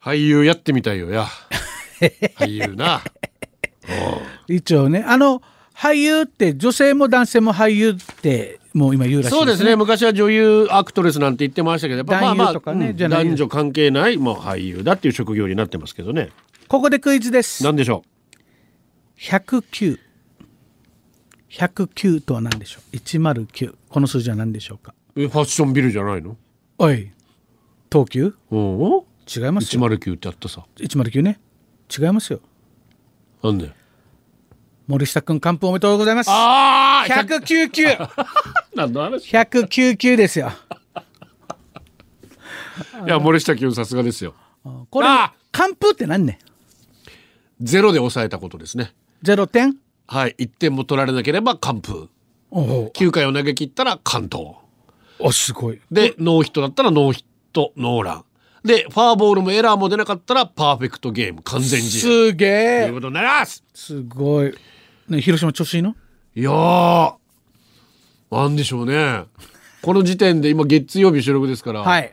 俳優やってみたいよや俳優 な一応ねあの俳優って女性も男性も俳優ってもう今言うらしいそうですね昔は女優アクトレスなんて言ってましたけどやっぱまあま男優あとかねうんじゃない男女関係ないもう俳優だっていう職業になってますけどねここでクイズですなんでしょ109109とは何でしょう109この数字は何でしょうかうえファッションビルじゃないのおい東急うん違いますよ109ってあったさ109ね違いますよなんで森下君完封おめでとうございますああ109球 何の話109球ですよいや森下君さすがですよこれあ完封って何ねゼロで抑えたことですね0点はい1点も取られなければ完封おお9回を投げ切ったら完投おすごいでノーヒットだったらノーヒットノーランでファーボールもエラーも出なかったらパーフェクトゲーム完全試合すげというえことになりますすごい、ね、広島調子いいのいやーなんでしょうねこの時点で今月曜日収録ですから、はい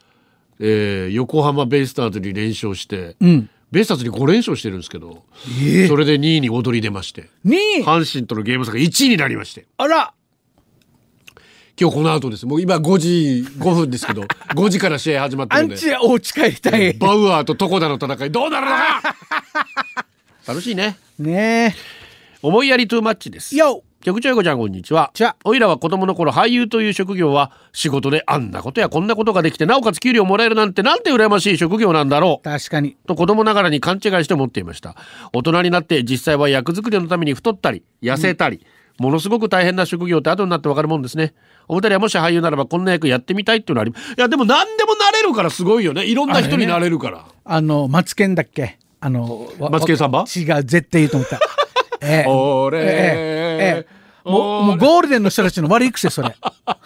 えー横浜ベイスターズに連勝して、うんベイスターズに5連勝してるんですけどえそれで2位に躍り出まして2位阪神とのゲーム差が1位になりましてあら今日この後ですもう今5時5分ですけ ど5時から試合始まってアるんンでチお家帰りたいバウアーと床田の戦いどうなるのか 楽しいねね思いやりトゥーマッチですえよ局長横ちゃんこんにちはじゃおいらは子供の頃俳優という職業は仕事であんなことやこんなことができてなおかつ給料もらえるなんてなんて羨ましい職業なんだろう確かにと子供ながらに勘違いして思っていました大人になって実際は役作りのために太ったり痩せたり、ものすごく大変な職業って後になってわかるもんですねお二人はもし俳優ならばこんな役やってみたいっていうのはありいやでも何でもなれるからすごいよねいろんな人になれるから、あのマツケンだっけあのわマツケンサンバわ違う絶対いいと思った ええ俺ええええもうもうゴールデンの人たちの悪い 癖それあ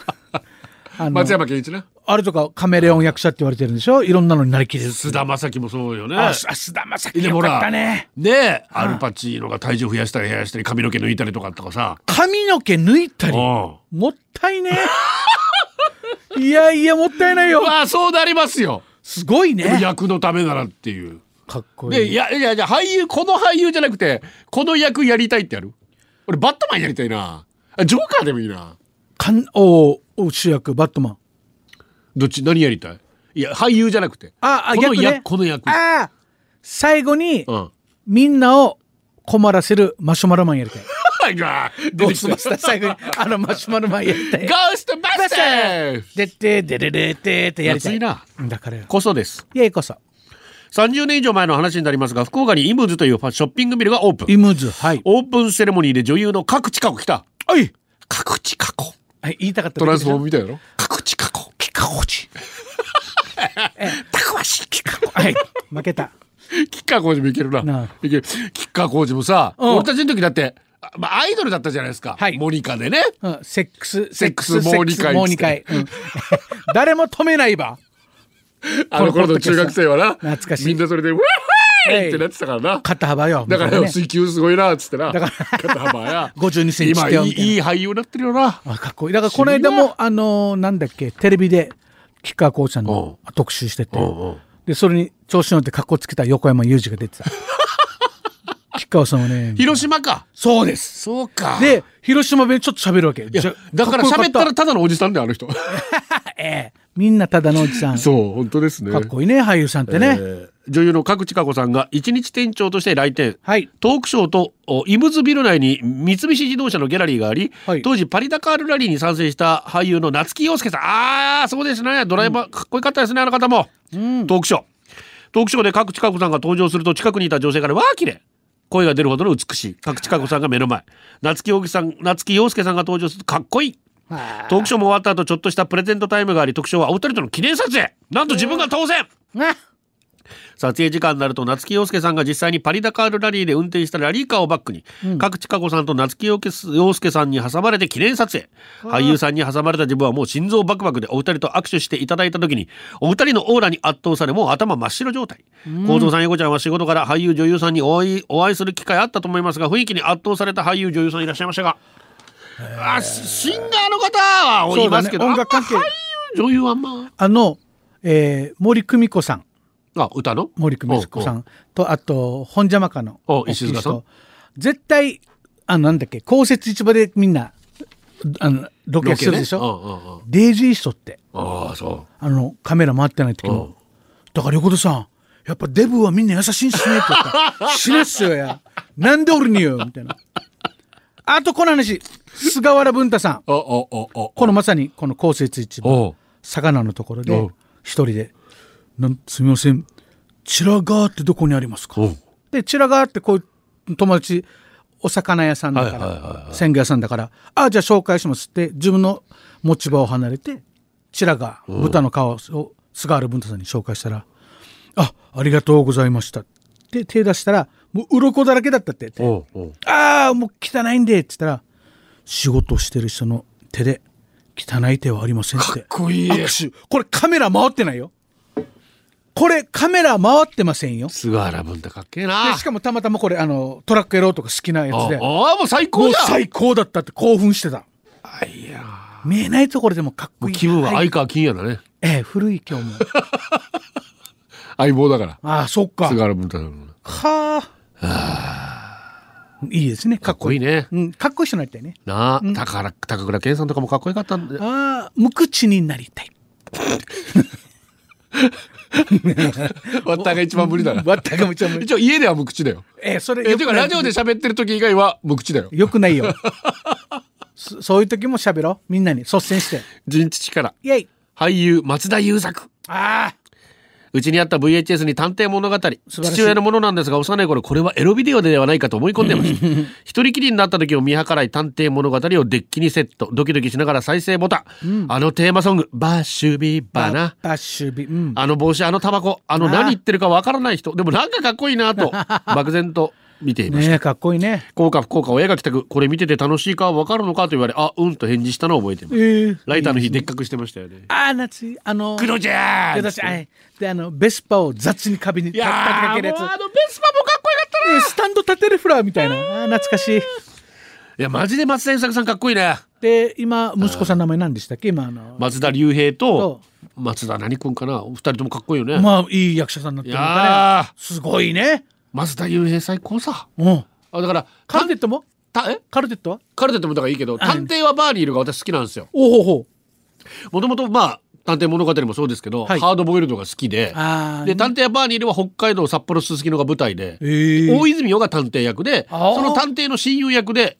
の松山ケンイチねあれとかカメレオン役者って言われてるんでしょいろんなのになりきれる須田将暉もそうよねあすあ須田将暉でよもかっらたねねえアルパチーノが体重増やしたり減らしたり髪の毛抜いたりとかとかさ髪の毛抜いたりうんもったいねいやいやもったいないよまあそうなりますよすごいね役のためならっていうかっこでいいいやいやいや俳優この俳優じゃなくてこの役やりたいってやる俺バットマンやりたいなあジョーカーでもいいなかんおーお主役バットマンどっち何やりたいいや俳優じゃなくてああこの逆ね役この役ああ最後にうん みんなを困らせるマシュマロマンやりたいいや出ゴてーきたストバスター最後にあのマシュマロマンやりたいゴーストバスターズでてでれれてってやりた熱いいなだからよこそですいやいこそ30年以上前の話になりますが福岡にイムズというファショッピングビルがオープンイムズはいオープンセレモニーで女優の角地加子来た。おい角地加子。はい言いたかったトランスフォームムみたいなの角地加子。ピカオチ。 たくましいキカコ。はい負けたキカコジもいけるな。なあいける。キカコジもさ、うん俺たちの時だって、あまあ、アイドルだったじゃないですか。はいモニカでね。うんセックス、セックスもう二回セックスもう二回。うん誰も止めないば。あの頃の中学生はな。懐かしいみんなそれで、ウェーイってなってたからな。肩幅よ。だからよ、ね、水球すごいな、っつってな。だから。肩幅や52センチ 今、手いをいみたいないい俳優になってるよな。あかっこいい。だからこの間も、あのーなんだっけ、テレビで、吉川こうちゃんの特集してて、うんうんで、それに調子乗って格好つけた横山裕二が 出てた。吉川さんはね、広島か。そうです。そうかで、で、広島弁ちょっと喋るわけ。いやじゃだからこよ喋ったっらただのおじさんで、あの人。たええみんなただのおじさん。かそう本当ですね。っこいいね、俳優さんってね。えー女優の角地佳子さんが一日店長として来店。はい。トークショーとおイムズビル内に三菱自動車のギャラリーがあり、はい当時パリダカールラリーに参戦した俳優の夏木陽介さんあーそうですねドライバー、かっこよかったですねあの方も、トークショートークショーで角地佳子さんが登場すると近くにいた女性から「わあ綺麗声が出るほどの美しい角地佳子さんが目の前夏木陽介さん夏木陽介さんが登場するとかっこいいあトークショーも終わった後ちょっとしたプレゼントタイムがあり特賞はお二人との記念撮影なんと自分が当選あ撮影時間になると夏木陽介さんが実際にパリダカールラリーで運転したラリーカーをバックに、各地加子さんと夏木陽介陽介さんに挟まれて記念撮影俳優さんに挟まれた自分はもう心臓バクバクでお二人と握手していただいた時にお二人のオーラに圧倒されもう頭真っ白状態幸三さん英子ちゃんは仕事から俳優女優さんにお会いお会いする機会あったと思いますが雰囲気に圧倒された俳優女優さんいらっしゃいましたがあシシンガーの方はおいますけど、そうだね音楽関係あんま俳優女優はあんまあの、えー森久美子さん。あ歌の森久美子さおうおうんとあと本邪魔家のお大きい石塚さん人絶対あのなんだっけ公設市場でみんなあのロケするでしロょ、ケねうんうんうんデイジー人ってああそあのカメラ回ってない時うんもだから横田さんやっぱデブはみんな優しいんすねって 言ったら死なっすよやなんでおるによみたいなあとこの話菅原文太さんう。おおおお。このまさにこの公設市場おう魚のところでうん一人で「なんすみませんチラガーってどこにありますか?おう。」でチラガーってこう友達お魚屋さんだはかいはいはいはら鮮魚屋さんだから「あじゃあ紹介します」って自分の持ち場を離れてチラガー豚の皮を菅原文太さんに紹介したら「あありがとうございました」って手出したらもう鱗だらけだったっておうおう。ああ、もう汚いんで、っつったら、仕事をしてる人の手で、汚い手はありませんって。こいい握手。これカメラ回ってないよ。これカメラ回ってませんよ。菅原文太かっけえでな。しかもたまたまこれ、あの、トラックやろうとか好きなやあつで、もあもう最高うじゃん。最高だったって興奮してた。あいや。見えないところでもかっもこういい。気分ははい相川金也だね。ええ、古い今日も。相棒だから。 ああ、そっか。菅原文太さんの。はあ。いいですね、かかっっここいいいい。ね。うん、かっこいい人になりたいね。なあ、高倉高倉健さんとかもかっこよかったんで。ああ、無口になり たい。ワッタが一番無理だな。わったかもちゃんも。一応家では無口だよ。えー、それえ、よてくかないラジオで喋ってる時以外は無口だよ。よくないよそそういう時も喋ろうみんなに率先して人知力。イエイ俳優松田優作。ああうちにあった VHS に探偵物語素晴らしい父親のものなんですが幼い頃これはエロビデオではないかと思い込んでいました一人きりになった時を見計らい探偵物語をデッキにセットドキドキしながら再生ボタン、あのテーマソング「バッシュビバナ」バッシュビうんあの帽子あのタバコあのあー何言ってるかわからない人でもなんかかっこいいなと漠然と見ていました、ねえかっこいいねこうか不幸か親が帰宅これ見てて楽しいかわかるのかと言われあうんと返事したのを覚えていますええライターの日でっかくしてましたよねああ夏いあの黒じゃーんよだしはいであのベスパを雑に壁にいたやたきかけーるやつもうあのベスパもかっこよかったなえースタンド立てるフラーみたいなあー懐かしいいやマジで松田優作さんかっこいいねで今息子さんの名前何でしたっけ今あの松田龍平と松田何君かなお二人ともかっこいいよね、まあいい役者さんになっているのかねやーすごいね松田龍平最高さうんあだからカルテットもたえカルテットはカルテットもだからいいけど探偵はバーにいるが私好きなんですよおほほもともとまあ探偵物語もそうですけど、はいハードボイルドが好きであーで探偵はバーにいるは北海道札幌すすきのが舞台で、ええ大泉洋が探偵役であーその探偵の親友役で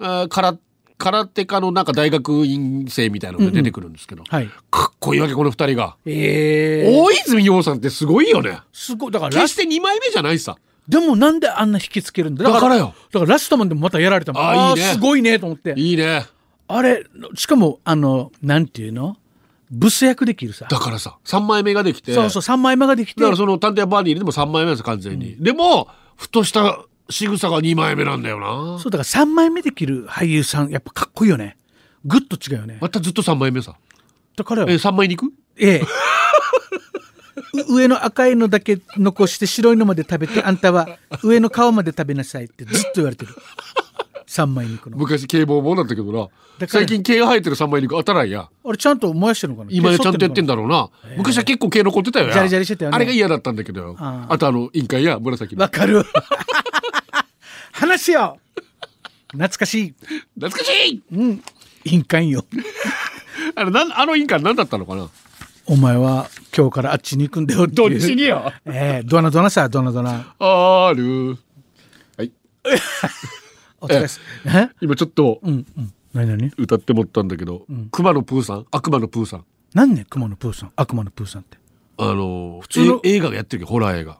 あーから空手家のなんか大学院生みたいなのが出てくるんですけど、はいかっこいいわけこの二人が。ええ大泉洋さんってすごいよねすごいだからラ決スして2枚目じゃないさでもなんであんな引きつけるんだだからよだからラストマンでもまたやられたもんああいあいねすごいねと思っていいねあれしかもあのなんていうのブス役できるさだからさ3枚目ができてそうそう3枚目ができてだからその探偵バーディーでも3枚目なんです完全に、でもふとした仕草が2枚目なんだよなそうだから3枚目できる俳優さんやっぱかっこいいよねグッと違うよねまたずっと3枚目さだからええ3枚肉え う上の赤いのだけ残して白いのまで食べてあんたは上の皮まで食べなさいってずっと言われてる3枚肉の昔警棒棒なんだけどなら最近毛が生えてる3枚肉当たらんやあれちゃんと燃やしてるのかな今やちゃんとやってんだだろうな、昔は結構毛残ってたよやジャリジャリしてたよねあれが嫌だったんだけどよああとあの委員会や紫のわかる。話しよう。懐かしい。懐かしいうん。印鑑よ。あのなんあの委員会何だったのかなお前は今日からあっちに行くんだよってどっいう。ちによええドナドナさ、ドナドナ。あるはいお疲れっす。え今ちょっとうんうん。なになに歌ってもったんだけど、熊のプーさん悪魔のプーさん何ね、熊のプーさん。悪魔のプーさんって。あの普通の映画がやってるけどホラー映画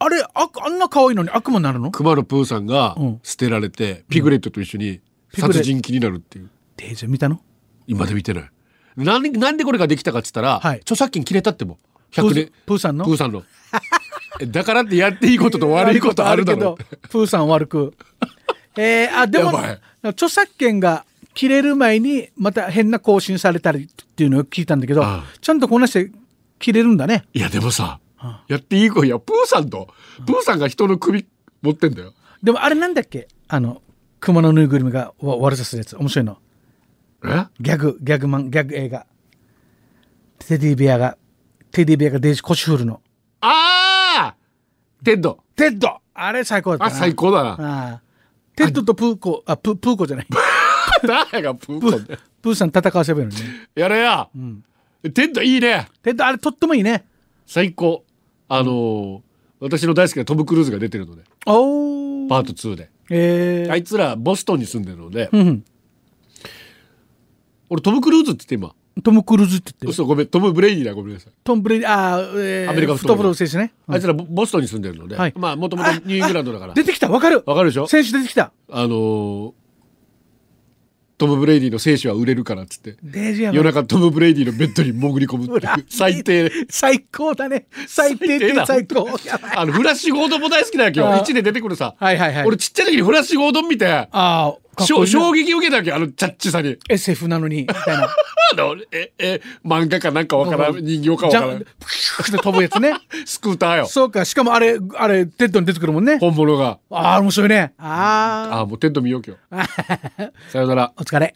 あれ、ああんな可愛いのに悪魔になるの熊のプーさんがうん捨てられて、ピグレットと一緒にピグレ殺人鬼になるっていうデイジ見たの今まで見てないなんでなんでこれができたかっつったら、はい著作権切れたってもプ100年ープーさんのプーさんのえだからってやっていいことと悪いことあるだろう悪いことあるけどプーさん悪く。えー、あでもやばい著作権が切れる前にまた変な更新されたりっていうのを聞いたんだけどああちゃんとこなして切れるんだね。いやでもさやっていい子いやプーさんとプーさんが人の首持ってんだよでもあれなんだっけあの熊のぬいぐるみがわ悪さするやつ面白いのえギャグギャグマンギャグ映画テディベアがテディベアがデイジ腰振るのああテッドテッドあれ最高だったあな最高だなああテッドとプーコあププーコじゃない 誰がプーコでプーさん戦わせばいいのにねやれや、テッドいいねテッドあれとってもいいね最高あのー私の大好きなトム・クルーズが出てるのでおおパート2でええあいつらボストンに住んでるのでうん俺トム・クルーズって言ってトム・クルーズって言ってる今うごめんトム・ブレイニーだごめんなさいトム・ブレイディああ、えーアメリカンフフットットボールボールの選手ね、あいつらボボストンに住んでるので、はいまあもともとニューイングランドだから出てきたわかるわかるでしょ選手出てきたあのートム・ブレイディの精子は売れるからっつってデージア夜中トム・ブレイディのベッドに潜り込むっていう最低最高だね最低って最最高やばいあのフラッシュゴードンも大好きだよ今あー日1で出てくるさ、はいはいはい俺ちっちゃい時にフラッシュゴードン見てああかっしこいいょね衝撃受けたわけよあのチャッチさに SF なのにみたい なあのええ漫画かなんかわからん人形かわジかャらンんプシューって飛ぶやつねスクーターよそうかしかもあれあれテッドに出てくるもんね本物がああ面白いねあああもうテント見よう今日さよならあお疲れ